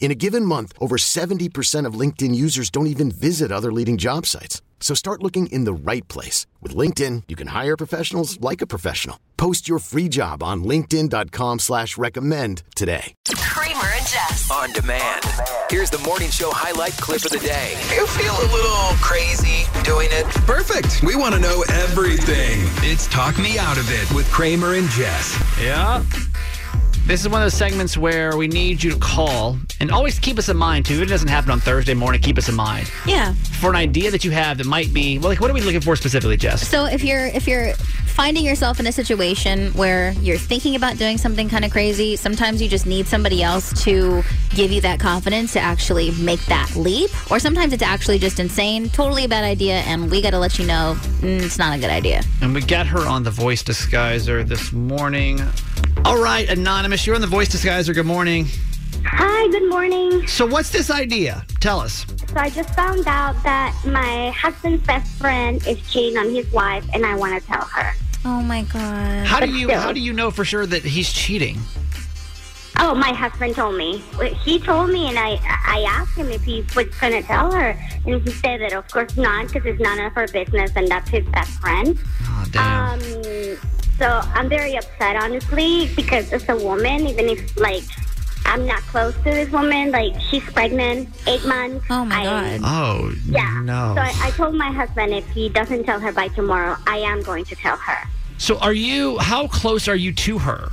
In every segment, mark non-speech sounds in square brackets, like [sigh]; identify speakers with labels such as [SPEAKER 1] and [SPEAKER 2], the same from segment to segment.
[SPEAKER 1] In a given month, over 70% of LinkedIn users don't even visit other leading job sites. So start looking in the right place. With LinkedIn, you can hire professionals like a professional. Post your free job on linkedin.com slash recommend today.
[SPEAKER 2] Kramer and Jess.
[SPEAKER 3] On demand. Here's the morning show highlight clip of the day.
[SPEAKER 4] You feel a little crazy doing it.
[SPEAKER 3] Perfect. We want to know everything. It's Talk Me Out of It with Kramer and Jess.
[SPEAKER 5] Yeah. This is one of those segments where we need you to call and always keep us in mind too. If it doesn't happen on Thursday morning, keep us in mind
[SPEAKER 6] Yeah.
[SPEAKER 5] for an idea that you have that might be well. Like, what are we looking for specifically, Jess?
[SPEAKER 6] So if you're if you're finding yourself in a situation where you're thinking about doing something kind of crazy, sometimes you just need somebody else to give you that confidence to actually make that leap. Or sometimes it's actually just insane, totally a bad idea, and we got to let you know mm, it's not a good idea.
[SPEAKER 5] And we got her on the voice disguiser this morning. All right, anonymous, you're on the voice disguiser. Good morning.
[SPEAKER 7] Hi, good morning.
[SPEAKER 5] So, what's this idea? Tell us.
[SPEAKER 7] So I just found out that my husband's best friend is cheating on his wife, and I want to tell her.
[SPEAKER 6] Oh my god.
[SPEAKER 5] How do you how do you know for sure that he's cheating?
[SPEAKER 7] Oh, my husband told me. He told me, and I I asked him if he was going to tell her, and he said that of course not, because it's none of her business, and that's his best friend.
[SPEAKER 5] Oh, damn.
[SPEAKER 7] Um, so I'm very upset, honestly, because as a woman, even if like I'm not close to this woman, like she's pregnant, eight months.
[SPEAKER 6] Oh my
[SPEAKER 7] I-
[SPEAKER 6] god.
[SPEAKER 5] oh
[SPEAKER 7] Uh, Yeah.
[SPEAKER 5] no.
[SPEAKER 7] So I, I told my husband if he doesn't tell her by tomorrow, I am going to tell her.
[SPEAKER 5] so, are you? How close are you to her?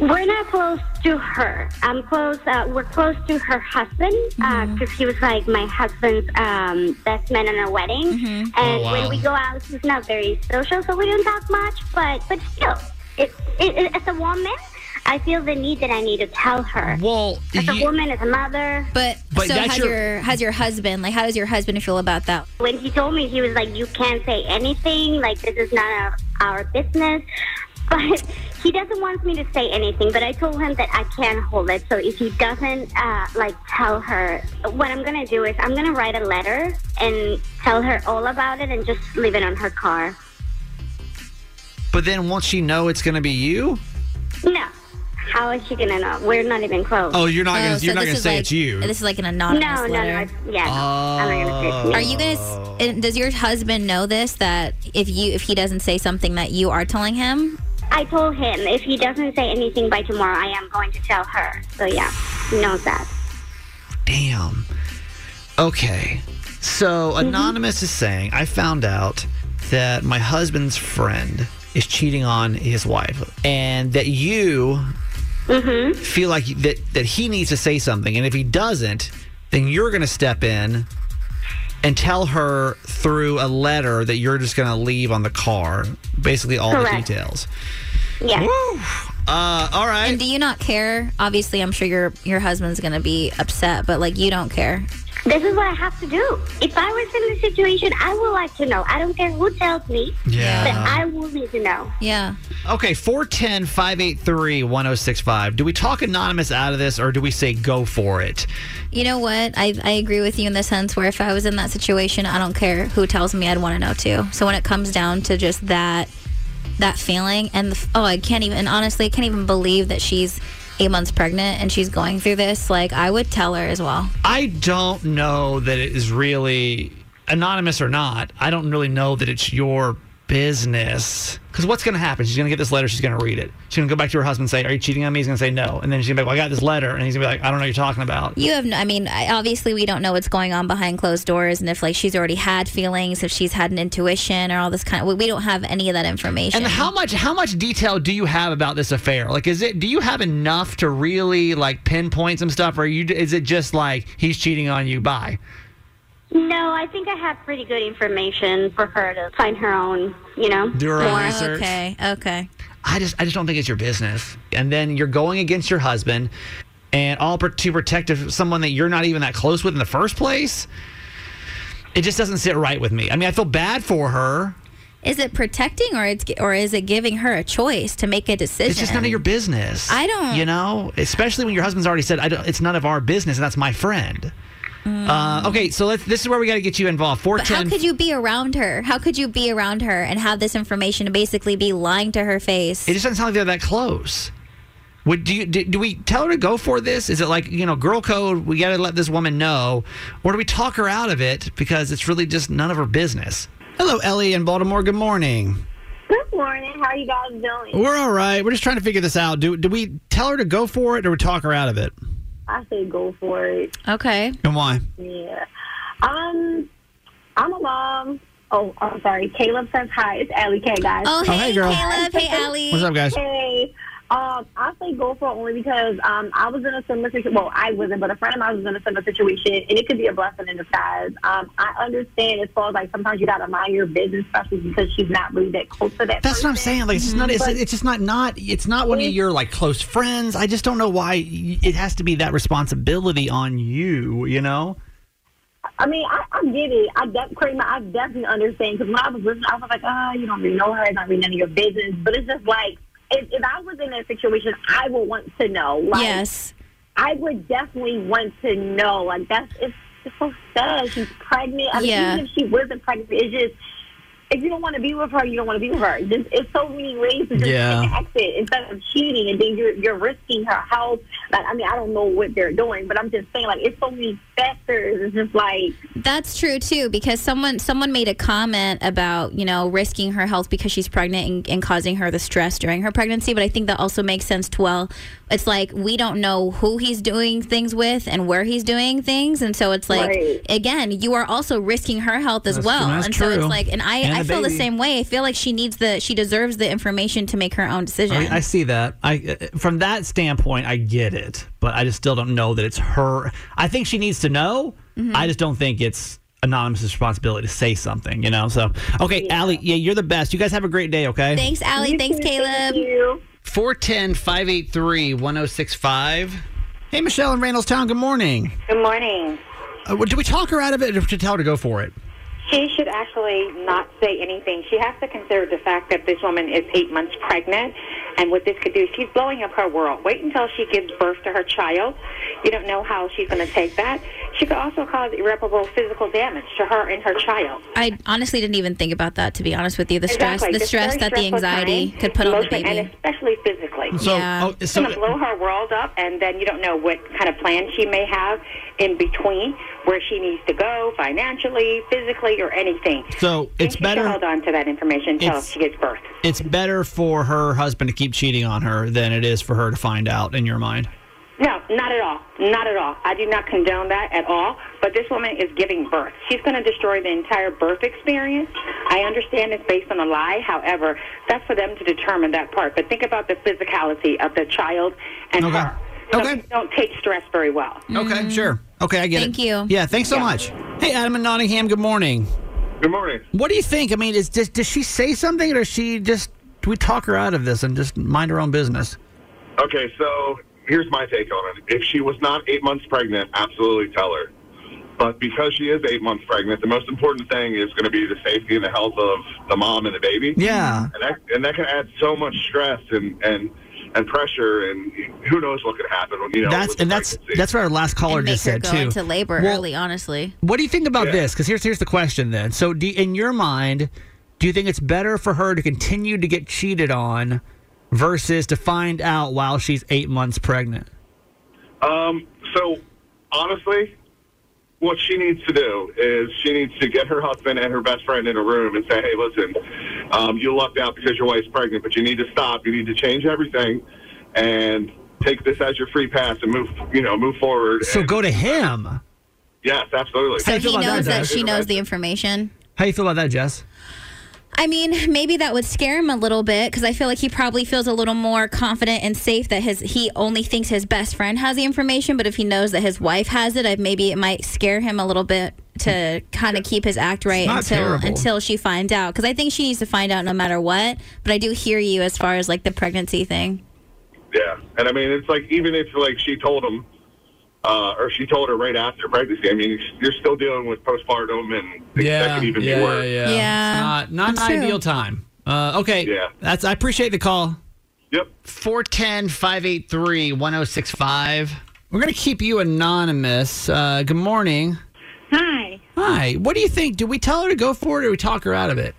[SPEAKER 7] We're not close to her. I'm close. Uh, we're close to her husband because
[SPEAKER 6] Mm-hmm.
[SPEAKER 7] he was like my husband's um, best man at our wedding.
[SPEAKER 6] Mm-hmm.
[SPEAKER 7] And
[SPEAKER 5] Oh, wow.
[SPEAKER 7] when we go out, he's not very social, so we don't talk much. But but still, it, it, it, as a woman, I feel the need that I need to tell her.
[SPEAKER 5] Well,
[SPEAKER 7] As a
[SPEAKER 5] you-
[SPEAKER 7] woman, as a mother,
[SPEAKER 6] But,
[SPEAKER 5] But
[SPEAKER 6] so
[SPEAKER 5] that's
[SPEAKER 6] how's
[SPEAKER 5] your-
[SPEAKER 6] your, how's your husband like? How does your husband feel about that?
[SPEAKER 7] when he told me he was like you can't say anything like this is not our, our business [laughs] but he doesn't want me to say anything but i told him that i can't hold it so if he doesn't uh, like tell her what i'm gonna do is i'm gonna write a letter and tell her all about it and just leave it on her car
[SPEAKER 5] but then won't she know it's going to be you?
[SPEAKER 7] no how is she gonna know we're not even close
[SPEAKER 5] Oh, you're not
[SPEAKER 6] Oh,
[SPEAKER 5] gonna
[SPEAKER 6] so
[SPEAKER 5] you're not
[SPEAKER 6] this
[SPEAKER 5] gonna
[SPEAKER 6] is
[SPEAKER 5] say
[SPEAKER 6] like-
[SPEAKER 5] it's you.
[SPEAKER 6] This is like an
[SPEAKER 7] no
[SPEAKER 6] anonymous
[SPEAKER 7] no no
[SPEAKER 6] letter.
[SPEAKER 7] it's- yeah no, i'm not gonna
[SPEAKER 5] Oh.
[SPEAKER 7] say it's me.
[SPEAKER 6] Are you gonna? s- and Does your husband know this? That if you if he doesn't say something that you are telling him,
[SPEAKER 7] i told him if he doesn't say anything by tomorrow i am going to tell her so yeah he knows that
[SPEAKER 5] Damn. Okay. So anonymous is saying I found out that my husband's friend is cheating on his wife, and that you feel like that that he needs to say something, and if he doesn't, then you're gonna step in and tell her through a letter that you're just gonna leave on the car, basically all
[SPEAKER 7] Correct.
[SPEAKER 5] the details.
[SPEAKER 7] yeah
[SPEAKER 5] Woo. Uh, all right.
[SPEAKER 6] and do you not care? Obviously, I'm sure your your husband's gonna be upset, but like you don't care.
[SPEAKER 7] This is what I have to do. If I was in this situation, I would like to know. I don't care who tells me,
[SPEAKER 5] Yeah.
[SPEAKER 7] but I will need to know.
[SPEAKER 6] Yeah.
[SPEAKER 5] Okay, 410 583 1065. Do we talk anonymous out of this or do we say go for it?
[SPEAKER 6] You know what? I, I agree with you in the sense where if I was in that situation, I don't care who tells me I'd want to know too. So when it comes down to just that that feeling and the, f- oh, I can't even and honestly, I can't even believe that she's eight months pregnant and she's going through this. Like I would tell her as well.
[SPEAKER 5] I don't know that it is really anonymous or not. I don't really know that it's your business. Because what's going to happen? She's going to get this letter. She's going to read it. She's going to go back to her husband and say, Are you cheating on me? He's going to say, No. And then she's going to be like, Well, I got this letter. And he's going to be like, I don't know what you're talking about.
[SPEAKER 6] You have, no, I mean, I, obviously we don't know what's going on behind closed doors, and if like she's already had feelings, if she's had an intuition or all this kind. Of, we, we don't have any of that information.
[SPEAKER 5] And how much how much detail do you have about this affair? Like, is it do you have enough to really like pinpoint some stuff, or you is it just like he's cheating on you? Bye.
[SPEAKER 8] No, I think I have pretty good information for her to find her own, you know.
[SPEAKER 5] Do her own
[SPEAKER 6] Oh,
[SPEAKER 5] research.
[SPEAKER 6] okay, okay.
[SPEAKER 5] I just I just don't think it's your business. And then you're going against your husband, and all pr- to protect of someone that you're not even that close with in the first place. It just doesn't sit right with me. I mean, I feel bad for her.
[SPEAKER 6] Is it protecting or it's or is it giving her a choice to make a decision?
[SPEAKER 5] It's just none of your business.
[SPEAKER 6] I don't-
[SPEAKER 5] You know, especially when your husband's already said, I don't, "It's none of our business," and that's my friend. Uh, okay, so let's, this is where we got to get you involved. Four
[SPEAKER 6] mm. But how could you be around her? How could you be around her and have this information to basically be lying to her face?
[SPEAKER 5] It just doesn't sound like they're that close. Would do you do, do we tell her to go for this? Is it like you know, girl code? We got to let this woman know, or do we talk her out of it because it's really just none of her business? Hello, Ellie in Baltimore. Good morning.
[SPEAKER 8] Good morning. How you guys doing?
[SPEAKER 5] We're all right. We're just trying to figure this out. Do do we tell her to go for it, or we talk her out of it?
[SPEAKER 8] I say go for it.
[SPEAKER 6] okay.
[SPEAKER 5] And why?
[SPEAKER 8] Yeah. Um, I'm a mom. Oh, I'm sorry. Caleb says hi. It's Allie K, guys.
[SPEAKER 6] Oh, hey,
[SPEAKER 5] hey, girl.
[SPEAKER 6] Caleb. Hey, Allie.
[SPEAKER 5] What's up, guys?
[SPEAKER 8] Hey. Um, I say go for it only because um, I was in a similar situation. Well, I wasn't, but a friend of mine was in a similar situation, and it could be a blessing in disguise. Um, I understand as far as like sometimes you gotta mind your business, especially because she's not really that close to that.
[SPEAKER 5] That's what I'm
[SPEAKER 8] person.
[SPEAKER 5] saying. Like it's just not. It's,
[SPEAKER 8] But-
[SPEAKER 5] it's just not. Not. It's not one of your like close friends. I just don't know why y- it has to be that responsibility on you. You know.
[SPEAKER 8] I mean, I, I get it. I de- Kramer, I definitely understand because when I was listening, I was like, ah, you don't really know her. It's not really none of your business. But it's just like, if, if I was in that situation, I would want to know. Like,
[SPEAKER 6] yes.
[SPEAKER 8] I would definitely want to know. Like, that's it's, it's so sad. She's pregnant. I mean,
[SPEAKER 6] Yeah.
[SPEAKER 8] even if she wasn't pregnant, it's just. If you don't want to be with her, you don't want to be with her. Just, it's so many ways to just
[SPEAKER 5] Yeah.
[SPEAKER 8] take an exit instead of cheating, and then you're you're risking her health. Like, I mean, I don't know what they're doing, but I'm just saying, like, it's so many factors. It's just like
[SPEAKER 6] That's true too, because someone someone made a comment about you know risking her health because she's pregnant and, and causing her the stress during her pregnancy. But I think that also makes sense to well, it's like we don't know who he's doing things with and where he's doing things, and so it's like
[SPEAKER 8] Right.
[SPEAKER 6] again, you are also risking her health as
[SPEAKER 5] That's-
[SPEAKER 6] well.
[SPEAKER 5] that's
[SPEAKER 6] and so it's
[SPEAKER 5] true.
[SPEAKER 6] like, and I
[SPEAKER 5] And
[SPEAKER 6] I
[SPEAKER 5] the
[SPEAKER 6] feel
[SPEAKER 5] baby.
[SPEAKER 6] the same way. I feel like she needs the she deserves the information to make her own decision.
[SPEAKER 5] I, mean, I see that. I uh, from that standpoint, I get it, but I just still don't know that it's her. I think she needs to know.
[SPEAKER 6] Mm-hmm.
[SPEAKER 5] I just don't think it's anonymous responsibility to say something. You know. So okay, Allie, yeah, you're the best. You guys have a great day. Okay.
[SPEAKER 6] Thanks, Allie.
[SPEAKER 8] You
[SPEAKER 6] Thanks,
[SPEAKER 8] too.
[SPEAKER 6] Caleb.
[SPEAKER 8] Thank you.
[SPEAKER 5] 410-583-1065. Hey, Michelle in Randallstown. Good morning.
[SPEAKER 9] Good morning.
[SPEAKER 5] Uh, do we talk her out of it or to tell her to go for it?
[SPEAKER 9] She should actually not say anything. She has to consider the fact that this woman is eight months pregnant, and what this could do, she's blowing up her world. Wait until she gives birth to her child. You don't know how she's going to take that. She could also cause irreparable physical damage to her and her child.
[SPEAKER 6] I honestly didn't even think about that. To be honest with you, the stress,
[SPEAKER 9] Exactly.
[SPEAKER 6] the
[SPEAKER 9] This
[SPEAKER 6] stress
[SPEAKER 9] very
[SPEAKER 6] that the
[SPEAKER 9] stressful
[SPEAKER 6] anxiety
[SPEAKER 9] time,
[SPEAKER 6] could put on the
[SPEAKER 9] emotionally
[SPEAKER 6] baby.
[SPEAKER 9] and especially physically.
[SPEAKER 5] So,
[SPEAKER 6] Yeah.
[SPEAKER 5] oh,
[SPEAKER 9] It's going to
[SPEAKER 5] so
[SPEAKER 9] blow her world up, and then you don't know what kind of plan she may have in between, where she needs to go financially, physically, or anything.
[SPEAKER 5] So,
[SPEAKER 9] I think
[SPEAKER 5] it's
[SPEAKER 9] she should
[SPEAKER 5] better-
[SPEAKER 9] hold on to that information until
[SPEAKER 5] It's-
[SPEAKER 9] she gives birth.
[SPEAKER 5] it's better for her husband to keep cheating on her than it is for her to find out in your mind.
[SPEAKER 9] No, not at all. Not at all. I do not condone that at all. But this woman is giving birth. She's going to destroy the entire birth experience. I understand it's based on a lie. However, that's for them to determine that part. But think about the physicality of the child and
[SPEAKER 5] Okay.
[SPEAKER 9] her. So
[SPEAKER 5] Okay.
[SPEAKER 9] people don't take stress very well.
[SPEAKER 5] Okay, sure. Okay, I get
[SPEAKER 6] Mm. Thank
[SPEAKER 5] it.
[SPEAKER 6] you.
[SPEAKER 5] Yeah, thanks so much. Hey, Adam in Nottingham, good morning.
[SPEAKER 10] Good morning.
[SPEAKER 5] What do you think? I mean, is does, does she say something or is she just, do we talk her out of this and just mind her own business?
[SPEAKER 10] Okay, so here's my take on it. If she was not eight months pregnant, absolutely tell her. But because she is eight months pregnant, the most important thing is going to be the safety and the health of the mom and the baby.
[SPEAKER 5] Yeah.
[SPEAKER 10] And that, and that can add so much stress and, and, and pressure, and who knows what could happen. You know,
[SPEAKER 5] That's
[SPEAKER 10] with
[SPEAKER 5] and that's
[SPEAKER 10] pregnancy.
[SPEAKER 5] that's what our last caller
[SPEAKER 6] and make
[SPEAKER 5] just
[SPEAKER 6] her
[SPEAKER 5] said
[SPEAKER 6] go
[SPEAKER 5] too.
[SPEAKER 6] into labor
[SPEAKER 5] Well,
[SPEAKER 6] early. Honestly,
[SPEAKER 5] What do you think about
[SPEAKER 10] Yeah.
[SPEAKER 5] this? Because here's here's the question then. So, do, in your mind, do you think it's better for her to continue to get cheated on versus to find out while she's eight months pregnant?
[SPEAKER 10] Um, so honestly, what she needs to do is she needs to get her husband and her best friend in a room and say, hey, listen, um, you lucked out because your wife's pregnant, but you need to stop. You need to change everything and take this as your free pass and move, you know, move forward.
[SPEAKER 5] So
[SPEAKER 10] And-
[SPEAKER 5] go to him.
[SPEAKER 10] Yes, absolutely.
[SPEAKER 6] So
[SPEAKER 5] you feel
[SPEAKER 6] he
[SPEAKER 5] about
[SPEAKER 6] knows
[SPEAKER 5] that,
[SPEAKER 6] that
[SPEAKER 5] Jess?
[SPEAKER 6] she knows the information.
[SPEAKER 5] How you feel about that, Jess?
[SPEAKER 6] I mean, maybe that would scare him a little bit because I feel like he probably feels a little more confident and safe that his he only thinks his best friend has the information. But if he knows that his wife has it, I maybe it might scare him a little bit to kind of keep his act right
[SPEAKER 5] not
[SPEAKER 6] until
[SPEAKER 5] terrible.
[SPEAKER 6] until she finds out. Because I think she needs to find out no matter what. But I do hear you as far as like the pregnancy thing.
[SPEAKER 10] Yeah, and I mean, it's like even if like she told him, uh, or she told her right after pregnancy. I mean, you're still dealing with postpartum, and that could even
[SPEAKER 5] yeah,
[SPEAKER 10] be worse.
[SPEAKER 5] yeah.
[SPEAKER 6] Yeah,
[SPEAKER 5] It's not not
[SPEAKER 6] that's
[SPEAKER 5] an
[SPEAKER 6] true.
[SPEAKER 5] ideal time. Uh, okay.
[SPEAKER 10] Yeah.
[SPEAKER 5] That's. I appreciate the call.
[SPEAKER 10] Yep.
[SPEAKER 5] 410 583 1065. We're going to keep you anonymous. Uh, good morning.
[SPEAKER 11] Hi.
[SPEAKER 5] Hi. What do you think? Do we tell her to go for it or we talk her out of it?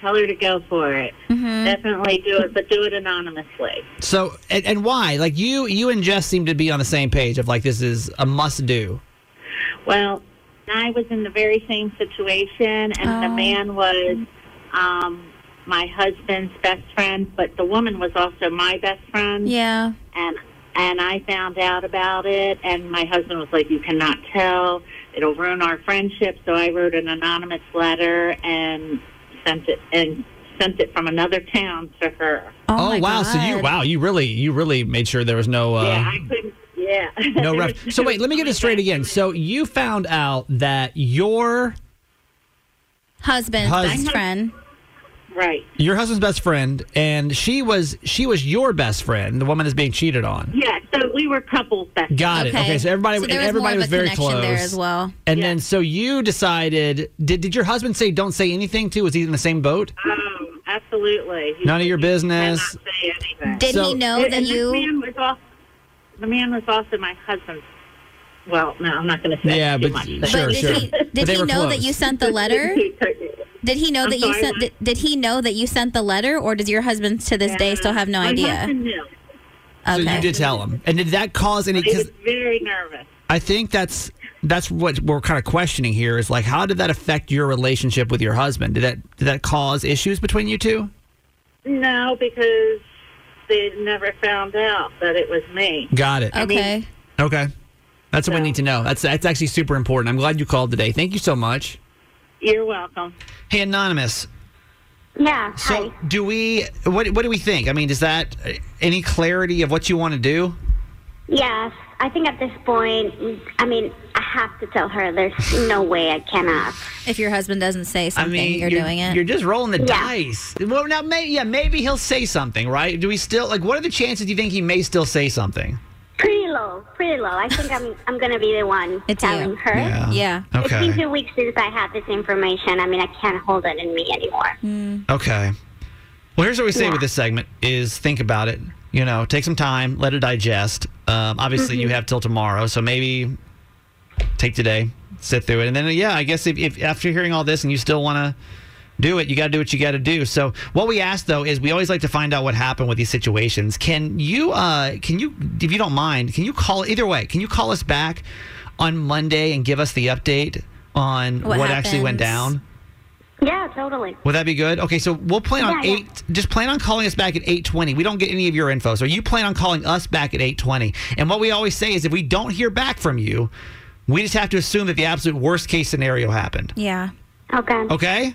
[SPEAKER 11] Tell her to go for it.
[SPEAKER 6] Mm-hmm.
[SPEAKER 11] Definitely do it, but do it anonymously.
[SPEAKER 5] So, and, and why? Like, you you and Jess seem to be on the same page of like, this is a must do.
[SPEAKER 11] Well, I was in the very same situation, and the
[SPEAKER 6] Oh.
[SPEAKER 11] man was um, my husband's best friend, but the woman was also my best friend.
[SPEAKER 6] Yeah.
[SPEAKER 11] and and I found out about it, and my husband was like, "You cannot tell; it'll ruin our friendship." So I wrote an anonymous letter and sent it and sent it from another town to her.
[SPEAKER 6] Oh, my
[SPEAKER 5] wow. So you
[SPEAKER 6] God.
[SPEAKER 5] wow, you really you really made sure there was no uh
[SPEAKER 11] yeah, I couldn't. Yeah. [laughs]
[SPEAKER 5] no ref- So wait, let me get it straight again. So you found out that your
[SPEAKER 6] Husband's
[SPEAKER 5] Husband.
[SPEAKER 6] best friend.
[SPEAKER 11] Right.
[SPEAKER 5] your husband's best friend and she was she was your best friend, the woman is being cheated on.
[SPEAKER 11] Yeah. So we were couples back.
[SPEAKER 5] Got it. Okay, so everybody
[SPEAKER 6] So there
[SPEAKER 5] and
[SPEAKER 6] was
[SPEAKER 5] everybody
[SPEAKER 6] more
[SPEAKER 5] was
[SPEAKER 6] of a
[SPEAKER 5] very
[SPEAKER 6] connection
[SPEAKER 5] close.
[SPEAKER 6] there as well.
[SPEAKER 5] And
[SPEAKER 11] Yeah.
[SPEAKER 5] then so you decided did did your husband say don't say anything too? Was he in the same boat?
[SPEAKER 11] Um, absolutely. He
[SPEAKER 5] None of
[SPEAKER 11] said,
[SPEAKER 5] your
[SPEAKER 11] "You
[SPEAKER 5] business."
[SPEAKER 11] cannot Say anything.
[SPEAKER 6] Did
[SPEAKER 5] So-
[SPEAKER 6] he know
[SPEAKER 11] and
[SPEAKER 6] that
[SPEAKER 11] this
[SPEAKER 6] you?
[SPEAKER 11] Man was also, the man was also my husband's. Well, no, I'm not going to say
[SPEAKER 5] Yeah,
[SPEAKER 11] too
[SPEAKER 5] but
[SPEAKER 11] much.
[SPEAKER 5] sure,
[SPEAKER 11] but- [laughs]
[SPEAKER 6] But did
[SPEAKER 5] sure.
[SPEAKER 6] he,
[SPEAKER 5] But
[SPEAKER 6] did
[SPEAKER 5] they
[SPEAKER 6] he
[SPEAKER 5] were
[SPEAKER 6] know that
[SPEAKER 5] close.
[SPEAKER 6] you sent the letter? Did he know
[SPEAKER 11] I'm
[SPEAKER 6] that you
[SPEAKER 11] sorry,
[SPEAKER 6] sent?
[SPEAKER 11] what?
[SPEAKER 6] Did, did he know that you sent the letter, or does your husband to this day still have no
[SPEAKER 11] My
[SPEAKER 6] idea?
[SPEAKER 11] husband knew.
[SPEAKER 6] Okay.
[SPEAKER 5] So you did tell him. And did that cause any
[SPEAKER 11] He
[SPEAKER 5] cause
[SPEAKER 11] was very nervous.
[SPEAKER 5] I think that's that's what we're kind of questioning here is like how did that affect your relationship with your husband? Did that did that cause issues between you two?
[SPEAKER 11] No, because they never found out that it was me.
[SPEAKER 5] Got it.
[SPEAKER 6] Okay.
[SPEAKER 5] Okay. That's what we
[SPEAKER 11] No.
[SPEAKER 5] need to know. That's that's actually super important. I'm glad you called today. Thank you so much.
[SPEAKER 11] You're welcome.
[SPEAKER 5] Hey anonymous.
[SPEAKER 7] Yeah.
[SPEAKER 5] So
[SPEAKER 7] hi.
[SPEAKER 5] do we what what do we think? I mean, is that any clarity of what you want to do?
[SPEAKER 7] Yes. I think at this point, I mean, I have to tell her there's no way I cannot.
[SPEAKER 6] If your husband doesn't say
[SPEAKER 5] I
[SPEAKER 6] something,
[SPEAKER 5] mean,
[SPEAKER 6] you're, doing it.
[SPEAKER 5] You're just rolling the
[SPEAKER 7] Yeah.
[SPEAKER 5] dice. Well, now maybe yeah, maybe he'll say something, right? Do we still like what are the chances you think he may still say something?
[SPEAKER 7] Pretty low. Pretty low. I think I'm I'm gonna be the one
[SPEAKER 6] It's you.
[SPEAKER 7] telling her.
[SPEAKER 6] Yeah.
[SPEAKER 7] It's
[SPEAKER 5] Okay.
[SPEAKER 7] been two weeks since I had this information. I mean, I can't hold it in me anymore.
[SPEAKER 5] Okay. Well, here's what we say
[SPEAKER 7] Yeah.
[SPEAKER 5] with this segment: is think about it. You know, take some time, let it digest. Um, obviously,
[SPEAKER 6] Mm-hmm.
[SPEAKER 5] you have till tomorrow, so maybe take today, sit through it, and then uh, yeah, I guess if, if after hearing all this and you still want to do it, you got to do what you got to do. So, what we ask though is we always like to find out what happened with these situations. Can you, uh, can you, if you don't mind, can you call either way? Can you call us back on Monday and give us the update on
[SPEAKER 6] What
[SPEAKER 5] what actually went
[SPEAKER 6] happens?
[SPEAKER 5] down?
[SPEAKER 7] Yeah, totally.
[SPEAKER 5] Would that be good? Okay, so we'll plan on
[SPEAKER 7] Yeah, yeah.
[SPEAKER 5] eight. Just plan on calling us back at eight twenty. We don't get any of your info, so you plan on calling us back at eight twenty. And what we always say is, if we don't hear back from you, we just have to assume that the absolute worst case scenario happened.
[SPEAKER 6] Yeah.
[SPEAKER 7] Okay.
[SPEAKER 5] Okay.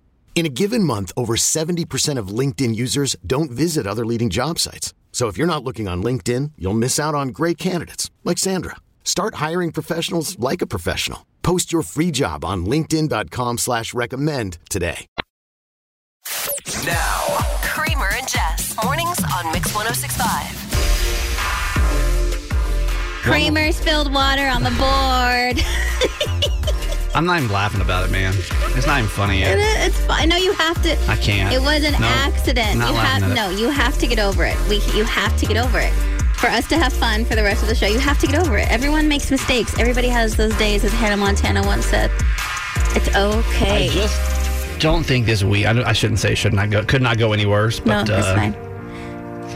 [SPEAKER 1] In a given month, over 70% of LinkedIn users don't visit other leading job sites. So if you're not looking on LinkedIn, you'll miss out on great candidates like Sandra. Start hiring professionals like a professional. Post your free job on linkedin.com slash recommend today.
[SPEAKER 3] Now,
[SPEAKER 12] Kramer and Jess. Mornings on Mix 1065.
[SPEAKER 6] Kramer spilled water on the board.
[SPEAKER 5] I'm not even laughing about it, man. [laughs] It's not even funny
[SPEAKER 6] It
[SPEAKER 5] yet.
[SPEAKER 6] is- it's fine. No, you have to.
[SPEAKER 5] I can't.
[SPEAKER 6] It was an
[SPEAKER 5] No,
[SPEAKER 6] accident.
[SPEAKER 5] not
[SPEAKER 6] you
[SPEAKER 5] laughing
[SPEAKER 6] have
[SPEAKER 5] at it.
[SPEAKER 6] no. You have to get over it. We. You have to get over it. For us to have fun for the rest of the show, you have to get over it. Everyone makes mistakes. Everybody has those days, as Hannah Montana once said. It's okay.
[SPEAKER 5] I just don't think this week. I, don't- I shouldn't say should not go. Could not go any worse.
[SPEAKER 6] No,
[SPEAKER 5] But
[SPEAKER 6] it's
[SPEAKER 5] uh,
[SPEAKER 6] fine.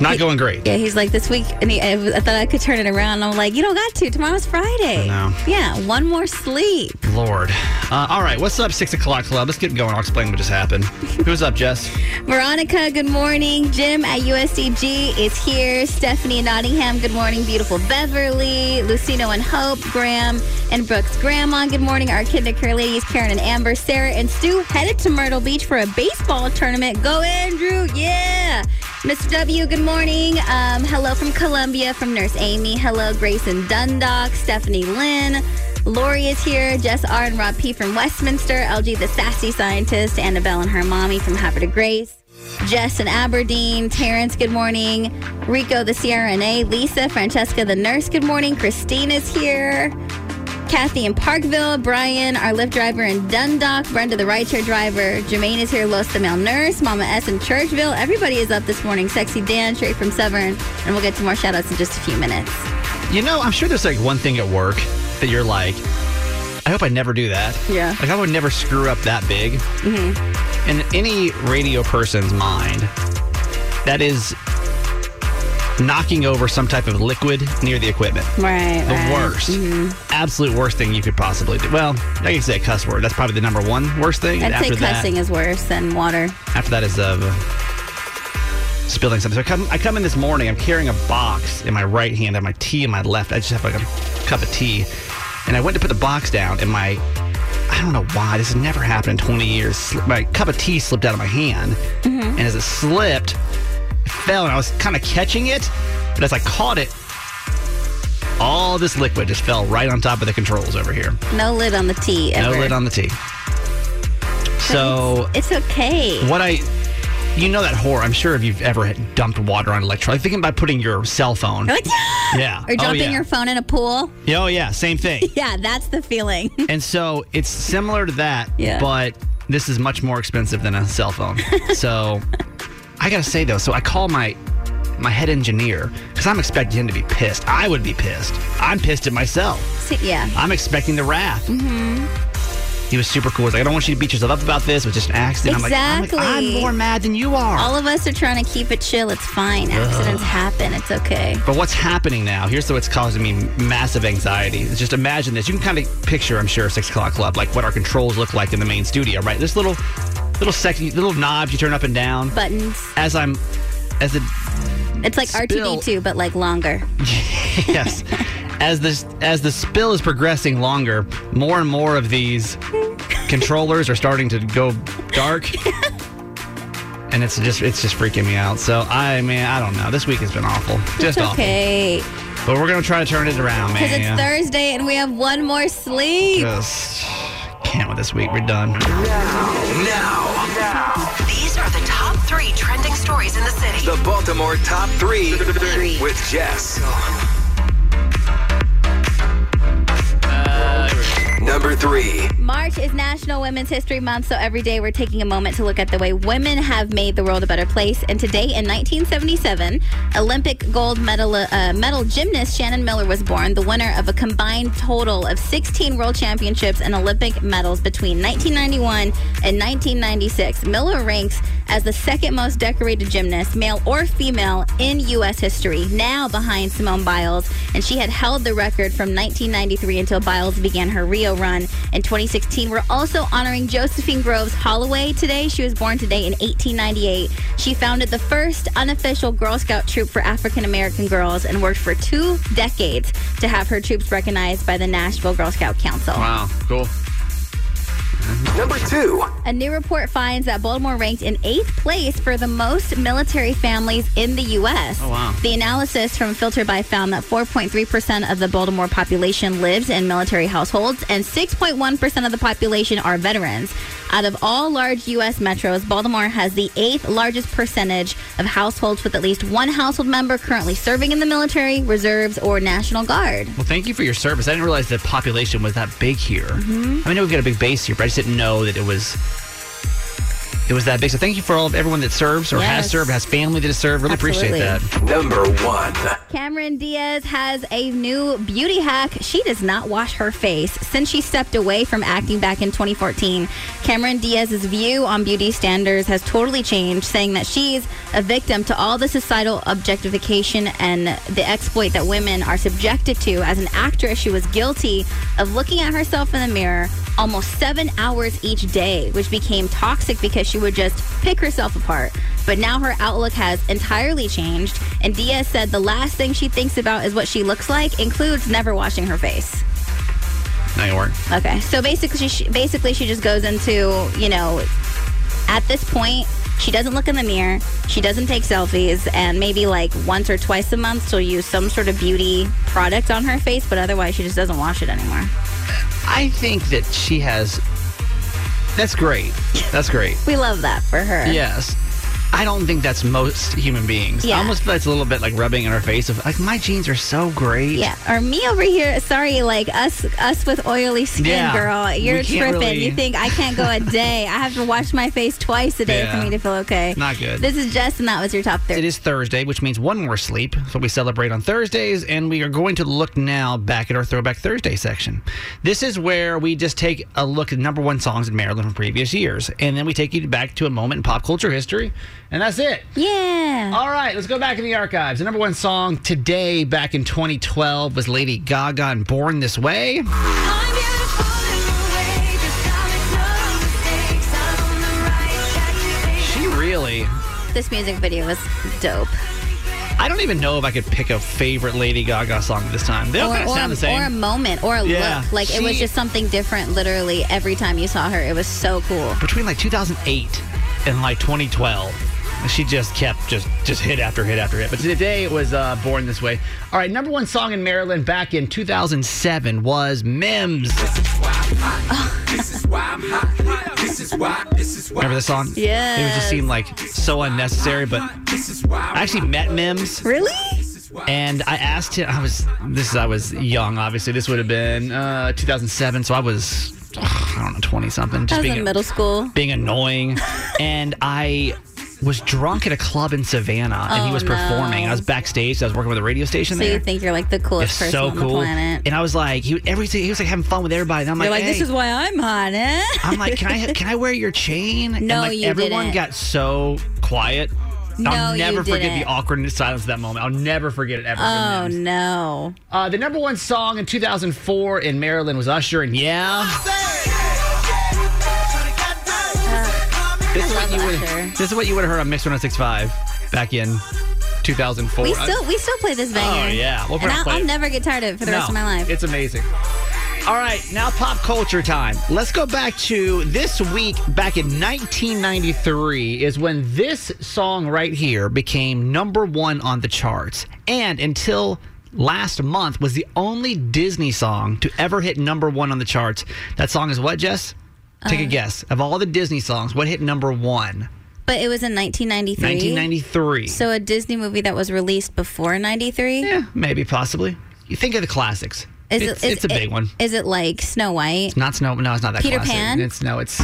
[SPEAKER 5] Not going great.
[SPEAKER 6] yeah, he's like this week, and he, I, was- I thought I could turn it around. I'm like, you don't got to. Tomorrow's Friday.
[SPEAKER 5] No.
[SPEAKER 6] Yeah, one more sleep.
[SPEAKER 5] Lord. Uh, all right. What's up, six o'clock club? Let's get going. I'll explain what just happened. Who's up, Jess?
[SPEAKER 6] Veronica, good morning. Jim at USCG is here. Stephanie in Nottingham, good morning. Beautiful Beverly, Lucino and Hope, Graham and Brooks' grandma, good morning. Our Kidnaker ladies, Karen and Amber, Sarah and Stu headed to Myrtle Beach for a baseball tournament. Go, Andrew! Yeah! Mr. W, good morning. Um, hello from Columbia, from Nurse Amy. Hello, Grace and Dundalk, Stephanie Lynn. Lori is here, Jess R. and Rob P. from Westminster, LG the Sassy Scientist, Annabelle and her mommy from Hopper to Grace, Jess in Aberdeen, Terrence, good morning, Rico the CRNA, Lisa, Francesca the nurse, good morning, Christina's here, Kathy in Parkville, Brian, our Lyft driver in Dundalk, Brenda the rideshare driver, Jermaine is here, Los the male nurse, Mama S in Churchville, everybody is up this morning, Sexy Dan, straight from Severn, and we'll get to more shout outs in just a few minutes.
[SPEAKER 5] You know, I'm sure there's like one thing at work that you're like, I hope I never do that.
[SPEAKER 6] Yeah.
[SPEAKER 5] Like I would never screw up that big. Mm-hmm. In any radio person's mind, that is knocking over some type of liquid near the equipment.
[SPEAKER 6] Right. Mm-hmm.
[SPEAKER 5] The worst, absolute worst thing you could possibly do. Well, I can say a cuss word. That's probably the number one worst thing. And
[SPEAKER 6] I'd say
[SPEAKER 5] after that,
[SPEAKER 6] cussing is worse than water.
[SPEAKER 5] after that is uh, spilling something. So I come, I come in this morning. I'm carrying a box in my right hand. I have my tea in my left. I just have like a cup of tea, and I went to put the box down, and my I don't know why this has never happened in 20 years. sli- My cup of tea slipped out of my hand,
[SPEAKER 6] Mm-hmm.
[SPEAKER 5] and as it slipped, it fell, and I was kind of catching it, but as I caught it, all this liquid just fell right on top of the controls over here.
[SPEAKER 6] No lid on the tea ever.
[SPEAKER 5] No lid on the tea. So
[SPEAKER 6] It's okay.
[SPEAKER 5] what I, you know that horror. I'm sure if you've ever dumped water on electronics, thinking about putting your cell phone.
[SPEAKER 6] You're like,
[SPEAKER 5] [laughs] yeah.
[SPEAKER 6] Or
[SPEAKER 5] oh,
[SPEAKER 6] dropping
[SPEAKER 5] yeah.
[SPEAKER 6] your phone in a pool. [laughs]
[SPEAKER 5] Yeah, Oh yeah, same thing.
[SPEAKER 6] Yeah, that's the feeling.
[SPEAKER 5] and so it's similar to that,
[SPEAKER 6] Yeah.
[SPEAKER 5] but this is much more expensive than a cell
[SPEAKER 6] [laughs]
[SPEAKER 5] phone. so I gotta say though, so I call my my head engineer because I'm expecting him to be pissed. I would be pissed. I'm pissed at myself.
[SPEAKER 6] So, [laughs] yeah.
[SPEAKER 5] I'm expecting the wrath.
[SPEAKER 6] hmm
[SPEAKER 5] He was super cool. He's like, I don't want you to beat yourself up about this. It was just an accident. I'm like,
[SPEAKER 6] Exactly.
[SPEAKER 5] I'm like, I'm more mad than you are. Uh-huh.
[SPEAKER 6] All of us are trying to keep it chill. It's fine. Accidents happen. It's okay.
[SPEAKER 5] But what's happening now? Here's what's causing me massive anxiety. It's Just imagine this. You can kind of picture, I'm sure, six o'clock club, like what our controls look like in the main studio, right? This little, little sexy, little knobs you turn up and down.
[SPEAKER 6] Buttons.
[SPEAKER 5] As I'm, as the
[SPEAKER 6] It's like
[SPEAKER 5] Spill.
[SPEAKER 6] RTD2, but like longer.
[SPEAKER 5] [laughs] yes, as this as the spill is progressing longer, more and more of
[SPEAKER 6] [laughs]
[SPEAKER 5] these controllers are starting to go dark. And it's just it's just freaking me out. So I man, I don't know. This week has been awful. Just
[SPEAKER 6] it's okay.
[SPEAKER 5] awful. But we're gonna try to turn it around, man.
[SPEAKER 6] Because it's Thursday and we have one more sleep.
[SPEAKER 5] Just can't with this week. We're done.
[SPEAKER 3] Now,
[SPEAKER 12] These are the top three trending stories in the city.
[SPEAKER 3] the Baltimore Top 3 with Jess. Number 3.
[SPEAKER 6] March is National Women's History Month, so every day we're taking a moment to look at the way women have made the world a better place. And today, in 1977, Olympic gold medal, uh, medal gymnast Shannon Miller was born, the winner of a combined total of 16 world championships and Olympic medals between 1991 and 1996. Miller ranks as the second most decorated gymnast, male or female, in U.S. history, now behind Simone Biles. And she had held the record from 1993 until Biles began her Rio run in 2016. We're also honoring Josephine Groves Holloway today. She was born today in 1898. She founded the first unofficial Girl Scout troop for African American girls and worked for two decades to have her troops recognized by the Nashville Girl Scout Council.
[SPEAKER 5] Wow, cool.
[SPEAKER 3] Number two.
[SPEAKER 6] A new report finds that Baltimore ranked in eighth place for the most military families in the U.S.
[SPEAKER 13] Oh, wow.
[SPEAKER 6] The analysis from Filter by found that 4.3% of the Baltimore population lives in military households, and 6.1% of the population are veterans. Out of all large U.S. metros, Baltimore has the eighth largest percentage of households with at least one household member currently serving in the military, reserves, or National Guard.
[SPEAKER 5] Well, thank you for your service. I didn't realize the population was that big here.
[SPEAKER 6] Mhm.
[SPEAKER 5] I mean, I know we've got a big base here, but I just didn't know that it was it was that big. So thank you for all of everyone that serves or has
[SPEAKER 6] Yes.
[SPEAKER 5] served, has family that has served. Really appreciate that.
[SPEAKER 6] Absolutely.
[SPEAKER 3] Number one.
[SPEAKER 6] Cameron Diaz has a new beauty hack. She does not wash her face. Since she stepped away from acting back in 2014, Cameron Diaz's view on beauty standards has totally changed, saying that she's a victim to all the societal objectification and the exploit that women are subjected to. As an actress, she was guilty of looking at herself in the mirror almost seven hours each day, which became toxic because she would just pick herself apart. But now her outlook has entirely changed, and Diaz said the last thing she thinks about is what she looks like, includes never washing her face.
[SPEAKER 5] Now you work.
[SPEAKER 6] Okay, so basically, she, basically she just goes into you know, at this point, she doesn't look in the mirror, she doesn't take selfies, and maybe like once or twice a month she'll use some sort of beauty product on her face, but otherwise she just doesn't wash it anymore.
[SPEAKER 5] I think that she has. That's great. That's great.
[SPEAKER 6] We love that for her.
[SPEAKER 5] Yes. I don't think that's most human beings.
[SPEAKER 6] Yeah.
[SPEAKER 5] I almost feel that's a little bit like rubbing in our face of like my jeans are so great.
[SPEAKER 6] Yeah, or me over here. Sorry, like us, us with oily skin,
[SPEAKER 5] Yeah.
[SPEAKER 6] girl. You're
[SPEAKER 5] We can't
[SPEAKER 6] tripping.
[SPEAKER 5] really-
[SPEAKER 6] You think I can't
[SPEAKER 5] [laughs]
[SPEAKER 6] go a day? I have to wash my face twice a day
[SPEAKER 5] Yeah.
[SPEAKER 6] for me to feel okay.
[SPEAKER 5] Not good.
[SPEAKER 6] This is Jess, and that was your top three.
[SPEAKER 5] It is Thursday, which means one more sleep. That's what we celebrate on Thursdays, and we are going to look now back at our Throwback Thursday section. This is where we just take a look at number one songs in Maryland from previous years, and then we take you back to a moment in pop culture history, and that's it.
[SPEAKER 6] Yeah.
[SPEAKER 5] All right, let's go back in the archives. The number one song today, back in 2012, was Lady Gaga and Born This Way. She really.
[SPEAKER 6] This music video was dope.
[SPEAKER 5] I don't even know if I could pick a favorite Lady Gaga song this time. They all
[SPEAKER 6] or,
[SPEAKER 5] kind of
[SPEAKER 6] or,
[SPEAKER 5] sound the same.
[SPEAKER 6] or a moment, or a
[SPEAKER 5] Yeah.
[SPEAKER 6] look. Like it was
[SPEAKER 5] She-
[SPEAKER 6] just something different. Literally every time you saw her, it was so cool.
[SPEAKER 5] between like 2008 and like 2012 she just kept just just hit after hit after hit but today it was uh, born this way all right number one song in maryland back in 2007 was mims remember this song
[SPEAKER 13] Yes.
[SPEAKER 5] it would just seemed like so unnecessary but i actually met mims
[SPEAKER 6] really
[SPEAKER 5] and i asked him i was this is i was young obviously this would have been uh 2007 so i was i don't know 20 something
[SPEAKER 6] I
[SPEAKER 5] just
[SPEAKER 6] was
[SPEAKER 5] being
[SPEAKER 6] in
[SPEAKER 5] a-
[SPEAKER 6] middle school.
[SPEAKER 5] being
[SPEAKER 6] [laughs]
[SPEAKER 5] annoying. and I was drunk at a club in Savannah and he
[SPEAKER 6] Oh,
[SPEAKER 5] was
[SPEAKER 6] no.
[SPEAKER 5] performing. I was backstage. I was working with a radio station
[SPEAKER 6] So you
[SPEAKER 5] there.
[SPEAKER 6] think you're like the coolest
[SPEAKER 5] It's
[SPEAKER 6] person
[SPEAKER 5] so
[SPEAKER 6] on
[SPEAKER 5] cool.
[SPEAKER 6] the planet?
[SPEAKER 5] And I was like, he, everything, he was like having fun with everybody. And I'm
[SPEAKER 6] you're
[SPEAKER 5] like,
[SPEAKER 6] like, this
[SPEAKER 5] "Hey."
[SPEAKER 6] is why I'm hot, eh? [laughs]
[SPEAKER 5] I'm like, can I can I wear your chain? And,
[SPEAKER 6] No,
[SPEAKER 5] like,
[SPEAKER 6] you
[SPEAKER 5] everyone
[SPEAKER 6] didn't.
[SPEAKER 5] got so quiet.
[SPEAKER 6] No,
[SPEAKER 5] I'll
[SPEAKER 6] you
[SPEAKER 5] never forget
[SPEAKER 6] didn't.
[SPEAKER 5] the awkward silence of that moment. I'll never forget it ever.
[SPEAKER 6] Oh no.
[SPEAKER 5] Uh, the number one song in 2004 in Maryland was Usher and Yeah. This is, what you would, this is what you would have heard on Mix 1065 back in 2004.
[SPEAKER 6] We still we still play this banger.
[SPEAKER 5] Oh, yeah. We'll
[SPEAKER 6] and
[SPEAKER 5] probably
[SPEAKER 6] I'll,
[SPEAKER 5] play
[SPEAKER 6] I'll
[SPEAKER 5] it.
[SPEAKER 6] never get tired of it for the rest of
[SPEAKER 5] No,
[SPEAKER 6] my life.
[SPEAKER 5] It's amazing. All right, now pop culture time. Let's go back to this week back in 1993 is when this song right here became number 1 on the charts and until last month was the only Disney song to ever hit number 1 on the charts. That song is what, Jess? Take
[SPEAKER 6] Uh,
[SPEAKER 5] a guess. Of all the Disney songs, what hit number 1?
[SPEAKER 6] But it was in 1993.
[SPEAKER 5] 1993.
[SPEAKER 6] So a Disney movie that was released before 93? Yeah.
[SPEAKER 5] Maybe possibly. You think of the classics.
[SPEAKER 6] Is
[SPEAKER 5] it's,
[SPEAKER 6] it, is
[SPEAKER 5] it's a big
[SPEAKER 6] it-
[SPEAKER 5] one.
[SPEAKER 6] Is it like Snow White?
[SPEAKER 5] It's not snow. No, it's not that
[SPEAKER 6] Peter
[SPEAKER 5] classic.
[SPEAKER 6] Pan? Oh,
[SPEAKER 5] It's no.
[SPEAKER 6] [gasps]
[SPEAKER 5] It's a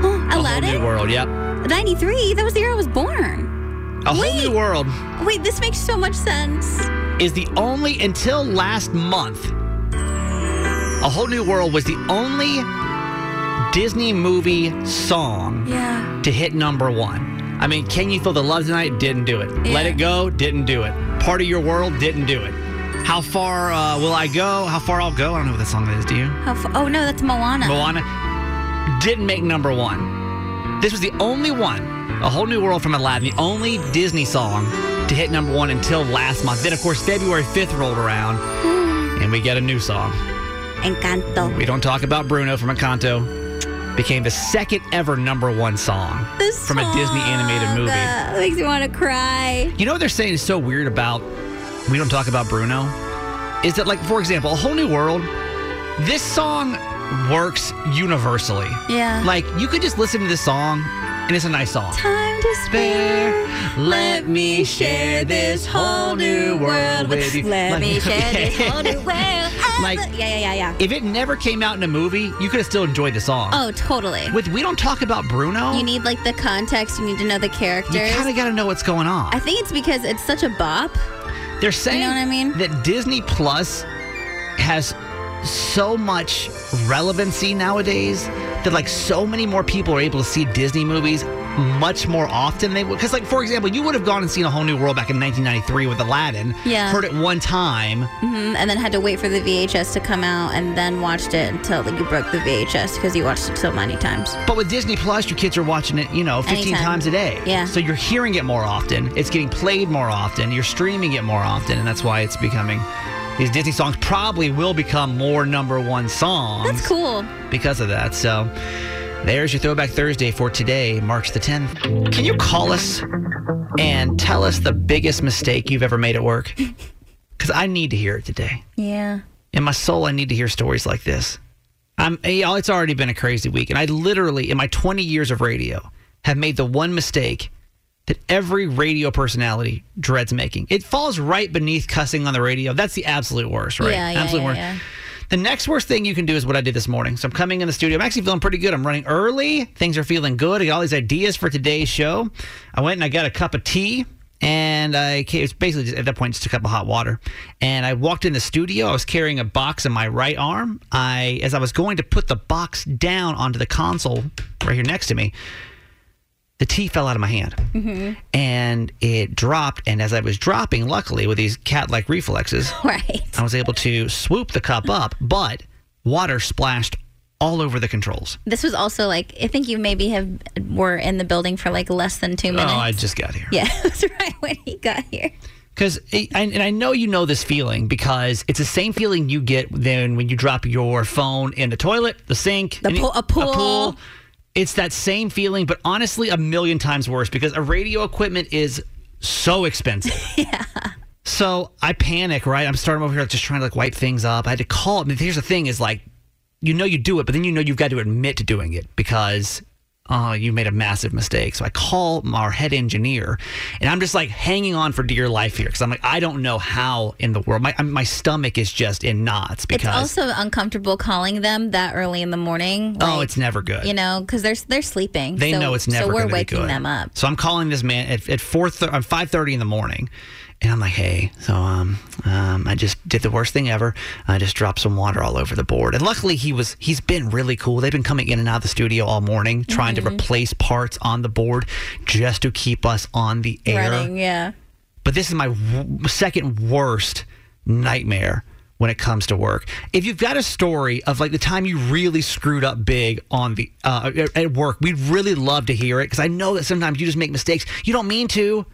[SPEAKER 5] whole
[SPEAKER 6] Aladdin?
[SPEAKER 5] new world. Yep.
[SPEAKER 6] 93? That was the year I was born.
[SPEAKER 5] A whole new world
[SPEAKER 6] Wait, this makes so much sense.
[SPEAKER 5] is the only until last month. A whole new world was the only Disney movie song
[SPEAKER 6] Yeah.
[SPEAKER 5] to hit number one. I mean, Can You Feel the Love Tonight? Didn't do it. Let It Go? Didn't do it. Part of Your World? Didn't do it. How Far uh, Will I Go? How Far I'll Go? I don't know what that song is, do you?
[SPEAKER 6] How f- oh no, that's Moana.
[SPEAKER 5] Moana didn't make number one. This was the only one, A Whole New World from Aladdin, the only Disney song to hit number one until last month. Then, of course, February 5th rolled around and we get a new song.
[SPEAKER 6] Encanto.
[SPEAKER 5] We don't talk about Bruno from Encanto. Became the second ever number one song
[SPEAKER 6] This
[SPEAKER 5] from a Disney animated movie.
[SPEAKER 6] Uh, makes me want to cry.
[SPEAKER 5] You know what they're saying is so weird about we don't talk about Bruno? Is that like for example, a whole new world, this song works universally.
[SPEAKER 6] Yeah.
[SPEAKER 5] Like you could just listen to this song and it's a nice song.
[SPEAKER 6] Time to spare.
[SPEAKER 5] Let me share this whole new world with you.
[SPEAKER 6] Let
[SPEAKER 5] Like- [laughs]
[SPEAKER 6] me share this
[SPEAKER 5] okay.
[SPEAKER 6] whole new world.
[SPEAKER 5] Like-
[SPEAKER 6] Like, uh, yeah, yeah, yeah, yeah.
[SPEAKER 5] If it never came out in a movie, you could have still enjoyed the song.
[SPEAKER 6] Oh, totally.
[SPEAKER 5] With we don't talk about Bruno.
[SPEAKER 6] You need like the context. You need to know the characters.
[SPEAKER 5] you kind of got to know what's going on.
[SPEAKER 6] I think it's because it's such a bop.
[SPEAKER 5] They're saying
[SPEAKER 6] know what I mean?
[SPEAKER 5] that Disney Plus has so much relevancy nowadays that like so many more people are able to see Disney movies much more often than they would. Because like for example, you would have gone and seen a whole new world back in 1993 with Aladdin.
[SPEAKER 6] Yeah.
[SPEAKER 5] Heard it one time.
[SPEAKER 6] hmm And then had to wait for the VHS to come out, and then watched it until like, you broke the VHS because you watched it so many times.
[SPEAKER 5] But with Disney Plus, your kids are watching it, you know, 15
[SPEAKER 6] Anytime.
[SPEAKER 5] times a day.
[SPEAKER 6] Yeah.
[SPEAKER 5] So you're hearing it more often. It's getting played more often. You're streaming it more often, and that's why it's becoming. These Disney songs probably will become more number one songs.
[SPEAKER 6] That's cool.
[SPEAKER 5] because of that. So there's your Throwback Thursday for today, March the 10th. Can you call us and tell us the biggest mistake you've ever made at
[SPEAKER 6] [laughs]
[SPEAKER 5] work? Because I need to hear it today.
[SPEAKER 6] Yeah.
[SPEAKER 5] In my soul, I need to hear stories like this. I'm, you know, it's already been a crazy week, and I literally, in my 20 years of radio, have made the one mistake that every radio personality dreads making. It falls right beneath cussing on the radio. That's the absolute worst, right?
[SPEAKER 13] Yeah, yeah,
[SPEAKER 5] absolute
[SPEAKER 13] yeah,
[SPEAKER 5] worst.
[SPEAKER 13] yeah.
[SPEAKER 5] The next worst thing you can do is what I did this morning. So I'm coming in the studio. I'm actually feeling pretty good. I'm running early. Things are feeling good. I got all these ideas for today's show. I went and I got a cup of tea. And I ca- it's basically just, at that point just a cup of hot water. And I walked in the studio. I was carrying a box in my right arm. I as I was going to put the box down onto the console right here next to me, the tea fell out of my hand
[SPEAKER 6] Mm-hmm.
[SPEAKER 5] and it dropped. And as I was dropping, luckily with these cat like reflexes,
[SPEAKER 6] [laughs] Right.
[SPEAKER 5] I was able to swoop the cup up, but water splashed all over the controls.
[SPEAKER 6] This was also like I think you maybe have were in the building for like less than two minutes.
[SPEAKER 5] Oh, I just got here. [laughs]
[SPEAKER 6] yeah, that's right when he got here.
[SPEAKER 5] Because, and I know you know this feeling because it's the same feeling you get then when you drop your phone in the toilet, the sink,
[SPEAKER 6] The
[SPEAKER 5] any-
[SPEAKER 6] pool- a pool.
[SPEAKER 5] It's that same feeling, but honestly, a million times worse because a radio equipment is so
[SPEAKER 6] [laughs]
[SPEAKER 5] expensive. yeah. So I panic, right? I'm starting over here, like, just trying to like wipe things up. I had to call. I mean, here's the thing: is like, you know, you do it, but then you know you've got to admit to doing it because. Oh, you made a massive mistake. So I call our head engineer, and I'm just like hanging on for dear life here because I'm like, I don't know how in the world my I mean, my stomach is just in knots because
[SPEAKER 6] it's also uncomfortable calling them that early in the morning.
[SPEAKER 5] oh, it's never good.
[SPEAKER 6] you know because they're they're sleeping.
[SPEAKER 5] They
[SPEAKER 6] so,
[SPEAKER 5] know it's never.
[SPEAKER 6] So we're
[SPEAKER 5] gonna
[SPEAKER 6] waking
[SPEAKER 5] be good.
[SPEAKER 6] them up.
[SPEAKER 5] So I'm calling this man at, at four uh, five thirty in the morning, and I'm like, "Hey, so um, um, I just did the worst thing ever. I just dropped some water all over the board." And luckily, he was he's been really cool. They've been coming in and out of the studio all morning, trying
[SPEAKER 6] Mm-hmm.
[SPEAKER 5] to replace parts on the board just to keep us on the air.
[SPEAKER 6] Running, yeah.
[SPEAKER 5] But this is my w- second worst nightmare when it comes to work. If you've got a story of like the time you really screwed up big on the uh, at- at work, we'd really love to hear it because I know that sometimes you just make mistakes you don't mean to.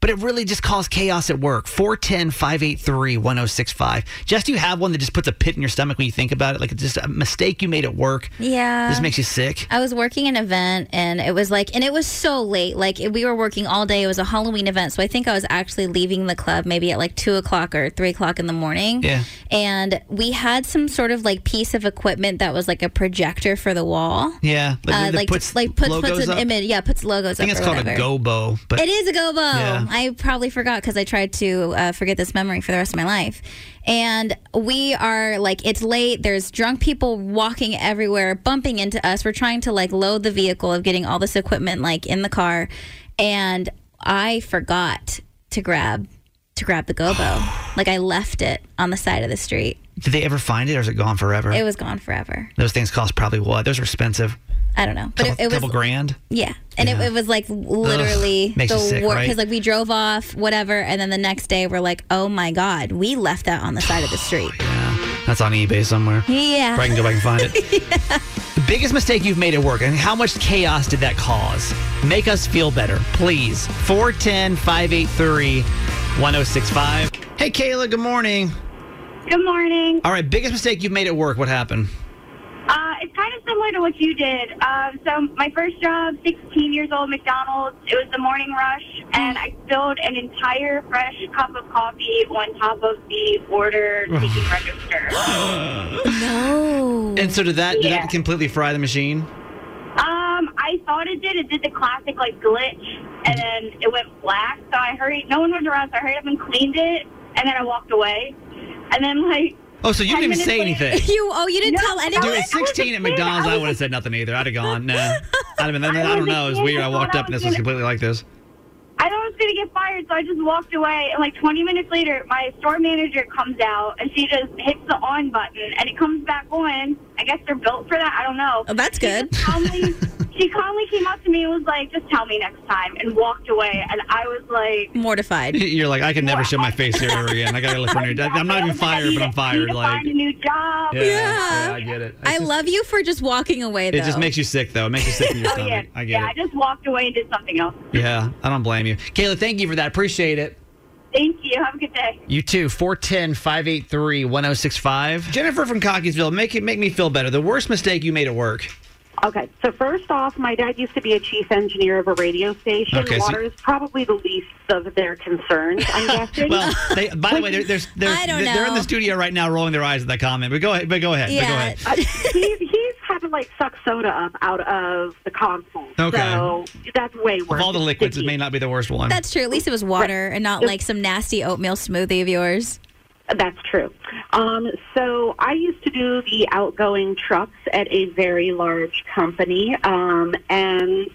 [SPEAKER 5] But it really just caused chaos at work. 410 583 1065. Just you have one that just puts a pit in your stomach when you think about it. Like it's just a mistake you made at work.
[SPEAKER 6] Yeah.
[SPEAKER 5] This makes you sick.
[SPEAKER 6] I was working an event and it was like, and it was so late. Like, we were working all day. It was a Halloween event. So I think I was actually leaving the club maybe at like two o'clock or three o'clock in the morning.
[SPEAKER 5] Yeah.
[SPEAKER 6] And we had some sort of like piece of equipment that was like a projector for the wall.
[SPEAKER 5] Yeah.
[SPEAKER 6] uh,
[SPEAKER 5] that
[SPEAKER 6] like just, like puts, puts
[SPEAKER 5] logos
[SPEAKER 6] an
[SPEAKER 5] up.
[SPEAKER 6] image. Yeah, puts logos
[SPEAKER 5] I think
[SPEAKER 6] up.
[SPEAKER 5] it's
[SPEAKER 6] or
[SPEAKER 5] called
[SPEAKER 6] whatever.
[SPEAKER 5] a gobo. But
[SPEAKER 6] it is a gobo.
[SPEAKER 5] Yeah.
[SPEAKER 6] I probably forgot because I tried to uh, forget this memory for the rest of my life. And we are like, it's late. There's drunk people walking everywhere, bumping into us. We're trying to like load the vehicle of getting all this equipment like in the car, and
[SPEAKER 5] [sighs]
[SPEAKER 6] I forgot to grab to grab the gobo. like I left it on the side of the street.
[SPEAKER 5] Did they ever find it, or is it gone forever?
[SPEAKER 6] It was gone forever.
[SPEAKER 5] Those things cost probably what? Those are expensive.
[SPEAKER 6] I don't know, but
[SPEAKER 5] couple,
[SPEAKER 6] it, it was
[SPEAKER 5] couple grand.
[SPEAKER 6] yeah, and It, it was like literally
[SPEAKER 5] Makes you
[SPEAKER 6] the
[SPEAKER 5] sick,
[SPEAKER 6] worst
[SPEAKER 5] right?
[SPEAKER 6] because like we drove off, whatever, and then the next day we're like, oh my god, we left that on the side of
[SPEAKER 5] [sighs]
[SPEAKER 6] the street.
[SPEAKER 5] That's on eBay somewhere.
[SPEAKER 6] Yeah.
[SPEAKER 5] Probably can go back and find
[SPEAKER 6] [laughs]
[SPEAKER 5] it. The biggest mistake you've made at work, and how much chaos did that cause? Make us feel better, please. 410 583 1065. Hey, Kayla, good morning.
[SPEAKER 13] Good morning.
[SPEAKER 5] All right, biggest mistake you've made at work, what happened?
[SPEAKER 13] Uh, it's kind of similar to what you did. Um, so my first job, 16 years old, McDonald's. It was the morning rush, and I spilled an entire fresh cup of coffee on top of the
[SPEAKER 5] [sighs]
[SPEAKER 13] order taking register.
[SPEAKER 6] [gasps] no.
[SPEAKER 5] And so did that, did
[SPEAKER 13] Yeah.
[SPEAKER 5] that completely fry the machine?
[SPEAKER 13] Um, I thought it did. It did the classic like glitch, and then it went black. So I hurried. No one was around, so I hurried up and cleaned it, and then I walked away. And then like.
[SPEAKER 5] Oh, so you
[SPEAKER 13] 10
[SPEAKER 5] didn't even
[SPEAKER 13] minutes
[SPEAKER 5] say
[SPEAKER 13] later-
[SPEAKER 5] anything.
[SPEAKER 6] [laughs] You oh you didn't tell anyone.
[SPEAKER 5] Dude, at 16 at McDonald's, I would have said nothing either. I'd have gone,
[SPEAKER 6] [laughs]
[SPEAKER 5] nah. I'd have been, I don't know. It was weird. I walked up and this was completely like this.
[SPEAKER 13] I thought I was going to get fired, so I just walked away. And like 20 minutes later, my store manager comes out and she just hits the on button and it comes back on. I guess they're built for that. I don't know.
[SPEAKER 6] Oh, that's good.
[SPEAKER 13] She, just
[SPEAKER 6] [laughs]
[SPEAKER 13] calmly, she calmly came up to me and was like, just tell me next time and walked away. And I was like,
[SPEAKER 6] Mortified.
[SPEAKER 5] [laughs] You're like, I can never show my face here ever again. I gotta look on your. I'm not even fired, but I'm fired. Like,
[SPEAKER 13] find a new job.
[SPEAKER 5] yeah, yeah, I get it.
[SPEAKER 6] I love you for just walking away. Though.
[SPEAKER 5] It just makes you sick, though. It makes you sick
[SPEAKER 6] [laughs]
[SPEAKER 5] in your
[SPEAKER 13] Oh, yeah.
[SPEAKER 5] stomach. I
[SPEAKER 13] yeah,
[SPEAKER 5] get
[SPEAKER 13] I just walked away and did something else.
[SPEAKER 5] it. Yeah, I don't blame you. Kayla, thank you for that. Appreciate it.
[SPEAKER 13] Thank you. Have a good day.
[SPEAKER 5] You too. 410 583 1065. Jennifer from Cockeysville, make it make me feel better. The worst mistake you made at work.
[SPEAKER 14] Okay, so first off, my dad used to be a chief engineer of a radio station.
[SPEAKER 5] Okay, so-
[SPEAKER 14] Water is probably the least of their concerns,
[SPEAKER 5] [laughs]
[SPEAKER 14] I'm guessing.
[SPEAKER 6] [laughs]
[SPEAKER 5] Well, they, by the way, they're, they're, they're, they're in the studio right now rolling their eyes at that comment, but go ahead. But go ahead. But go ahead.
[SPEAKER 14] Uh, he, he's had to like suck soda up out of the console.
[SPEAKER 5] Okay.
[SPEAKER 14] So that's way worse.
[SPEAKER 5] Of all the liquids, it may not be the worst one.
[SPEAKER 6] That's true. At least it was water and not like some nasty oatmeal smoothie of yours.
[SPEAKER 14] That's true. Um, so I used to do the outgoing trucks at a very large company, um, and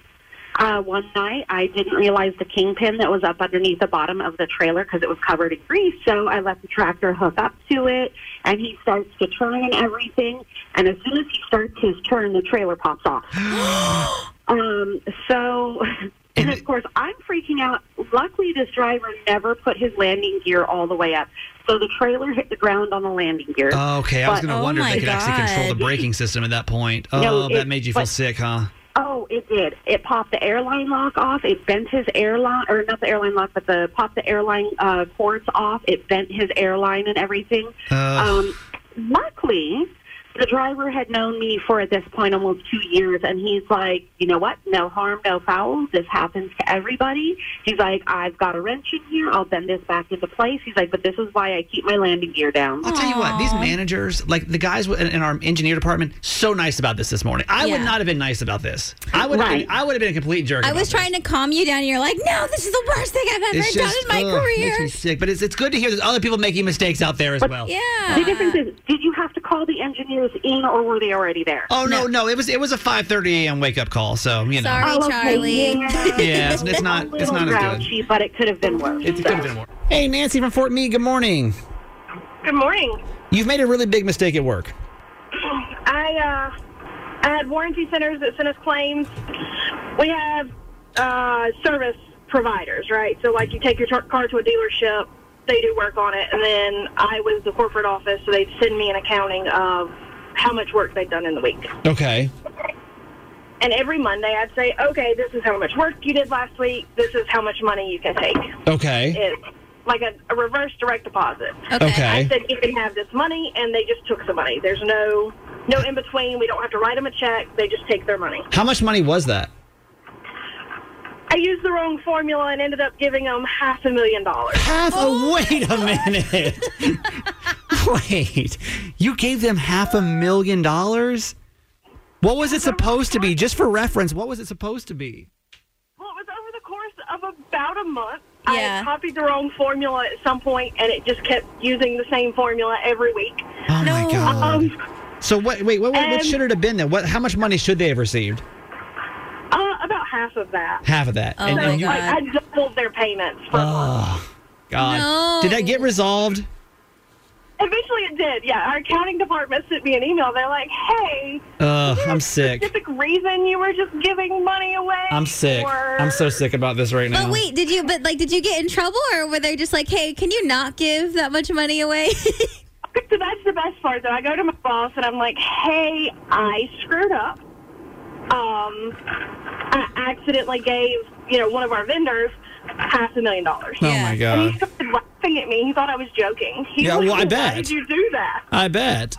[SPEAKER 14] uh, one night I didn't realize the kingpin that was up underneath the bottom of the trailer because it was covered in grease. So I let the tractor hook up to it, and he starts to turn and everything. And as soon as he starts his turn, the trailer pops
[SPEAKER 5] [gasps]
[SPEAKER 14] off. um, so. [laughs] And of course, I'm freaking out. Luckily, this driver never put his landing gear all the way up. So the trailer hit the ground on the landing gear.
[SPEAKER 5] Oh, Okay, I was
[SPEAKER 14] But-
[SPEAKER 6] oh
[SPEAKER 5] going to wonder if they could actually control the braking system at that point. Oh,
[SPEAKER 14] No, it-
[SPEAKER 5] that made you feel
[SPEAKER 14] but-
[SPEAKER 5] sick, huh?
[SPEAKER 14] Oh, it did. It popped the airline lock off. It bent his airline, or not the airline lock, but the popped the airline uh, cords off. It bent his airline and everything.
[SPEAKER 15] Ugh.
[SPEAKER 14] Um, luckily, the driver had known me for at this point almost two years, and he's like, you know what? No harm, no foul. This happens to everybody. He's like, I've got a wrench in here. I'll bend this back into place. He's like, but this is why I keep my landing gear down.
[SPEAKER 5] I'll tell you what, these managers, like the guys in in our engineer department, so nice about this this morning. I would
[SPEAKER 6] Yeah.
[SPEAKER 5] not have been nice about this. I would have been, I would have been a complete jerk.
[SPEAKER 6] I
[SPEAKER 5] about
[SPEAKER 6] was trying to calm you down, and you're like, "No, this is the worst thing I've ever
[SPEAKER 5] this.
[SPEAKER 6] done in my
[SPEAKER 5] ugh, Makes
[SPEAKER 6] career."
[SPEAKER 5] me sick, but it's, it's good to hear there's other people making mistakes out there as well.
[SPEAKER 14] The difference is, did you have to call the engineers in, or were they already there?
[SPEAKER 5] Oh no, no, it was it was a 5:30 a.m. wake up call, so you know.
[SPEAKER 14] Oh, okay,
[SPEAKER 5] Yeah, it's, it's not it's
[SPEAKER 14] little
[SPEAKER 5] not as good.
[SPEAKER 14] grouchy, but it could have been worse.
[SPEAKER 5] It could have been more. Hey, Nancy from Fort Meade. Good morning.
[SPEAKER 16] Good morning. [clears throat]
[SPEAKER 5] You've made a really big mistake at work.
[SPEAKER 16] I uh, I had warranty centers that sent us claims. We have uh, service providers, right? So like you take your tar- car to a dealership, they do work on it, and then I was the corporate office, so they'd send me an accounting of how much work they'd done in the week.
[SPEAKER 5] Okay.
[SPEAKER 16] And every Monday, I'd say, okay, this is how much work you did last week. This is how much money you can take.
[SPEAKER 5] Okay.
[SPEAKER 16] It's like a, a reverse direct deposit.
[SPEAKER 5] Okay. Okay.
[SPEAKER 16] I said you can have this money, and they just took the money. There's no no in between. We don't have to write them a check. They just take their money.
[SPEAKER 5] How much money was that?
[SPEAKER 16] I used the wrong formula and ended up giving them half a million dollars.
[SPEAKER 5] Half a wait a minute. [laughs] Wait, you gave them half a million dollars? What was it supposed to be? Just for reference, what was it supposed to be?
[SPEAKER 16] Well, it was over the course of about a month. I had copied the wrong formula at some point, and it just kept using the same formula every week.
[SPEAKER 5] Oh my god. so what? Wait, what, what, what
[SPEAKER 16] um,
[SPEAKER 5] should it have been then? What? How much money should they have received?
[SPEAKER 16] Uh, about half of that.
[SPEAKER 5] Half of that.
[SPEAKER 16] so,
[SPEAKER 5] you-
[SPEAKER 16] like, I doubled their payments.
[SPEAKER 5] Oh, God.
[SPEAKER 16] No.
[SPEAKER 5] Did that get resolved?
[SPEAKER 16] Eventually it did, yeah. Our accounting department sent me an email. They're like, hey,
[SPEAKER 5] Ugh,
[SPEAKER 16] is there
[SPEAKER 5] I'm
[SPEAKER 16] a
[SPEAKER 5] sick.
[SPEAKER 16] specific reason you were just giving money away?
[SPEAKER 5] I'm sick.
[SPEAKER 16] Or-
[SPEAKER 5] I'm so sick about this right now.
[SPEAKER 6] But wait, did you? But like, did you get in trouble, or were they just like, "Hey, can you not give that much money away?" [laughs]
[SPEAKER 16] So that's the best part, though. I go to my boss and I'm like, hey, I screwed up. Um, I accidentally gave, you know, one of our vendors half a million dollars.
[SPEAKER 5] Oh, my
[SPEAKER 16] And he
[SPEAKER 5] God.
[SPEAKER 16] started laughing at me. He thought I was joking. He
[SPEAKER 5] Yeah,
[SPEAKER 16] was
[SPEAKER 5] well, I
[SPEAKER 16] like,
[SPEAKER 5] bet.
[SPEAKER 16] Why did you do that?
[SPEAKER 5] I bet.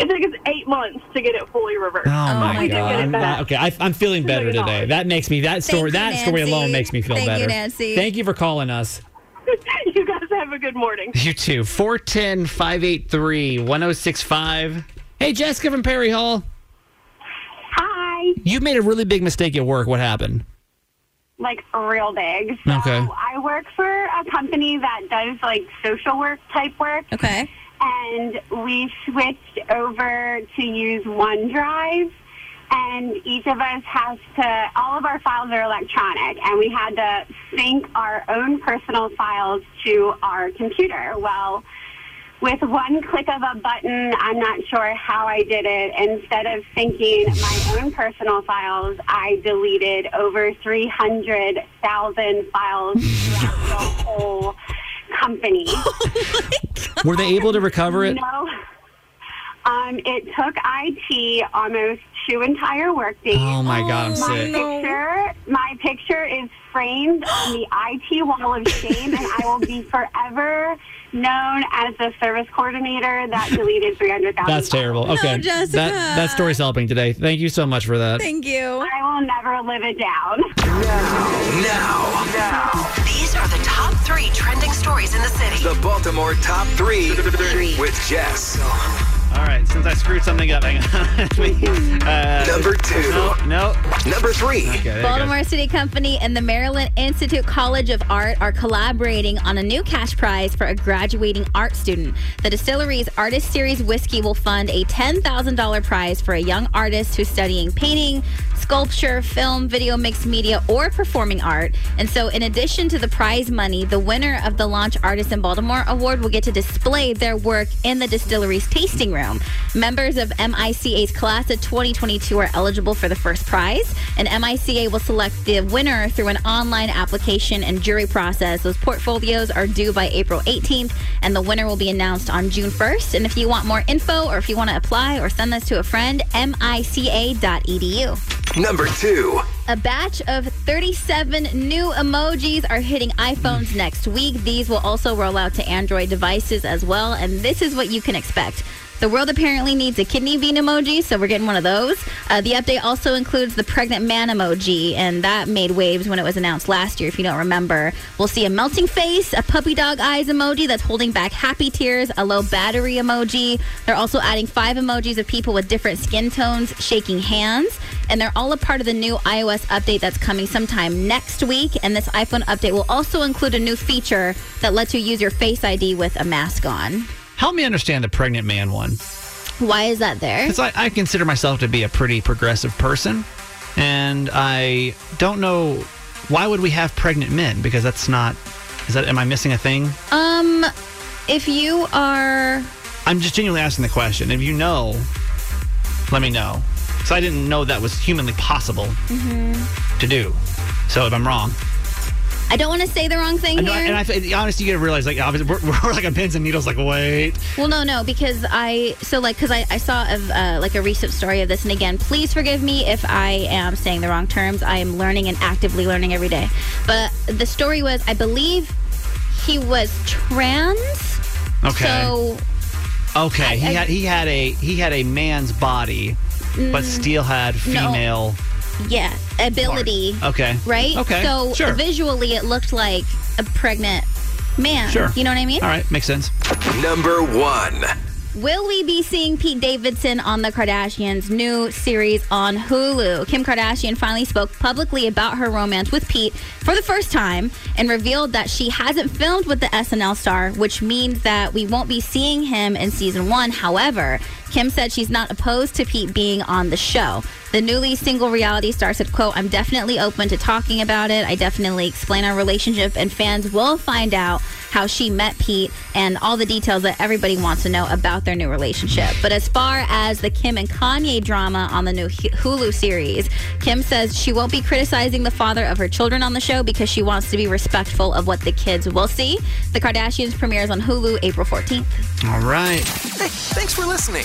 [SPEAKER 16] It took us eight months to get it fully reversed.
[SPEAKER 5] Oh, my
[SPEAKER 16] We did
[SPEAKER 5] god!
[SPEAKER 16] get it
[SPEAKER 5] I'm
[SPEAKER 16] back.
[SPEAKER 5] not- okay, I, I'm feeling better today. That makes me that story.
[SPEAKER 16] you,
[SPEAKER 5] that story alone
[SPEAKER 16] Nancy.
[SPEAKER 5] makes me feel
[SPEAKER 16] Thank you,
[SPEAKER 5] better.
[SPEAKER 16] Nancy.
[SPEAKER 5] Thank you for calling us.
[SPEAKER 16] [laughs] you guys have a good morning.
[SPEAKER 5] You too. 410 583 1065. Hey, Jessica from Perry Hall.
[SPEAKER 15] Hi.
[SPEAKER 5] You made a really big mistake at work. What happened?
[SPEAKER 15] Like real big. So
[SPEAKER 5] Okay.
[SPEAKER 15] I work for a company that does like social work type work.
[SPEAKER 6] Okay.
[SPEAKER 15] And we switched over to use OneDrive and each of us has to all of our files are electronic and we had to sync our own personal files to our computer. Well, with one click of a button, I'm not sure how I did it. Instead of syncing my own personal files, I deleted over 300,000 files throughout the whole company.
[SPEAKER 5] Were they able to recover it?
[SPEAKER 15] [laughs] No. Um, it took IT almost two entire workdays.
[SPEAKER 5] Oh, my God, I'm
[SPEAKER 15] my
[SPEAKER 5] sick.
[SPEAKER 15] Picture, my picture is framed on the IT wall of shame, and I will
[SPEAKER 5] [laughs]
[SPEAKER 15] be forever known as the service coordinator that deleted 300,000.
[SPEAKER 5] That's terrible. Okay. that, that story's helping today. Thank you so much for that.
[SPEAKER 6] Thank you. I
[SPEAKER 15] will never live it down.
[SPEAKER 5] [laughs]
[SPEAKER 2] Now,
[SPEAKER 12] These are the top three trending stories in the city.
[SPEAKER 2] the Baltimore top three with Jess.
[SPEAKER 5] All right, since I screwed something up, hang on. [laughs] uh,
[SPEAKER 2] Number two.
[SPEAKER 5] No.
[SPEAKER 2] Number three.
[SPEAKER 5] Okay, there it goes.
[SPEAKER 6] Baltimore City Company and the Maryland Institute College of Art are collaborating on a new cash prize for a graduating art student. The distillery's Artist Series Whiskey will fund a $10,000 prize for a young artist who's studying painting, sculpture, film, video, mixed media, or performing art. And so, in addition to the prize money, the winner of the Launch Artist in Baltimore Award will get to display their work in the distillery's tasting room. Members of MICA's class of 2022 are eligible for the first prize, and MICA will select the winner through an online application and jury process. Those portfolios are due by April 18th, and the winner will be announced on June 1st. And if you want more info or if you want to apply or send this to a friend, mica.edu.
[SPEAKER 2] Number two.
[SPEAKER 6] A batch of 37 new emojis are hitting iPhones next week. These will also roll out to Android devices as well, and this is what you can expect. The world apparently needs a kidney bean emoji, so we're getting one of those. Uh, the update also includes the pregnant man emoji, and that made waves when it was announced last year, if you don't remember. We'll see a melting face, a puppy dog eyes emoji that's holding back happy tears, a low battery emoji. They're also adding five emojis of people with different skin tones shaking hands, and they're all a part of the new iOS update that's coming sometime next week. And this iPhone update will also include a new feature that lets you use your Face ID with a mask on.
[SPEAKER 5] Help me understand the pregnant man one.
[SPEAKER 6] Why is that there?
[SPEAKER 5] Because I, I consider myself to be a pretty progressive person, and I don't know why would we have pregnant men because that's not. Is that am I missing a thing?
[SPEAKER 6] Um, if you are,
[SPEAKER 5] I'm just genuinely asking the question. If you know, let me know. So I didn't know that was humanly possible to do. So if I'm wrong,
[SPEAKER 6] mm-hmm. I don't want to say the wrong thing
[SPEAKER 5] I know,
[SPEAKER 6] here.
[SPEAKER 5] and I honestly you gotta realize like obviously we're, [laughs] we're like a pins and needles. Like wait,
[SPEAKER 6] Well, no, no, because I so like because I, I saw of uh, like a recent story of this, and again, please forgive me if I am saying the wrong terms. I am learning and actively learning every day. But the story was, I believe he was trans.
[SPEAKER 5] Okay.
[SPEAKER 6] So
[SPEAKER 5] okay, he
[SPEAKER 6] I-
[SPEAKER 5] had he had a he had a man's body, but
[SPEAKER 6] Mm,
[SPEAKER 5] still had female.
[SPEAKER 6] yeah, ability.
[SPEAKER 5] Okay.
[SPEAKER 6] Right.
[SPEAKER 5] Okay.
[SPEAKER 6] So
[SPEAKER 5] sure.
[SPEAKER 6] visually, it looked like a pregnant man.
[SPEAKER 5] Sure.
[SPEAKER 6] You know what I mean?
[SPEAKER 5] All right, makes sense.
[SPEAKER 2] Number one.
[SPEAKER 6] Will we be seeing Pete Davidson on the Kardashians' new series on Hulu? Kim Kardashian finally spoke publicly about her romance with Pete for the first time and revealed that she hasn't filmed with the SNL star, which means that we won't be seeing him in season one. However, Kim said she's not opposed to Pete being on the show. The newly single reality star said, quote, I'm definitely open to talking about it. I definitely explain our relationship and fans will find out how she met Pete and all the details that everybody wants to know about their new relationship. But as far as the Kim and Kanye drama on the new Hu- Hulu series, Kim says she won't be criticizing the father of her children on the show because she wants to be respectful of what the kids will see. The Kardashians premieres on Hulu April 14th.
[SPEAKER 5] All right.
[SPEAKER 3] Hey, thanks for listening.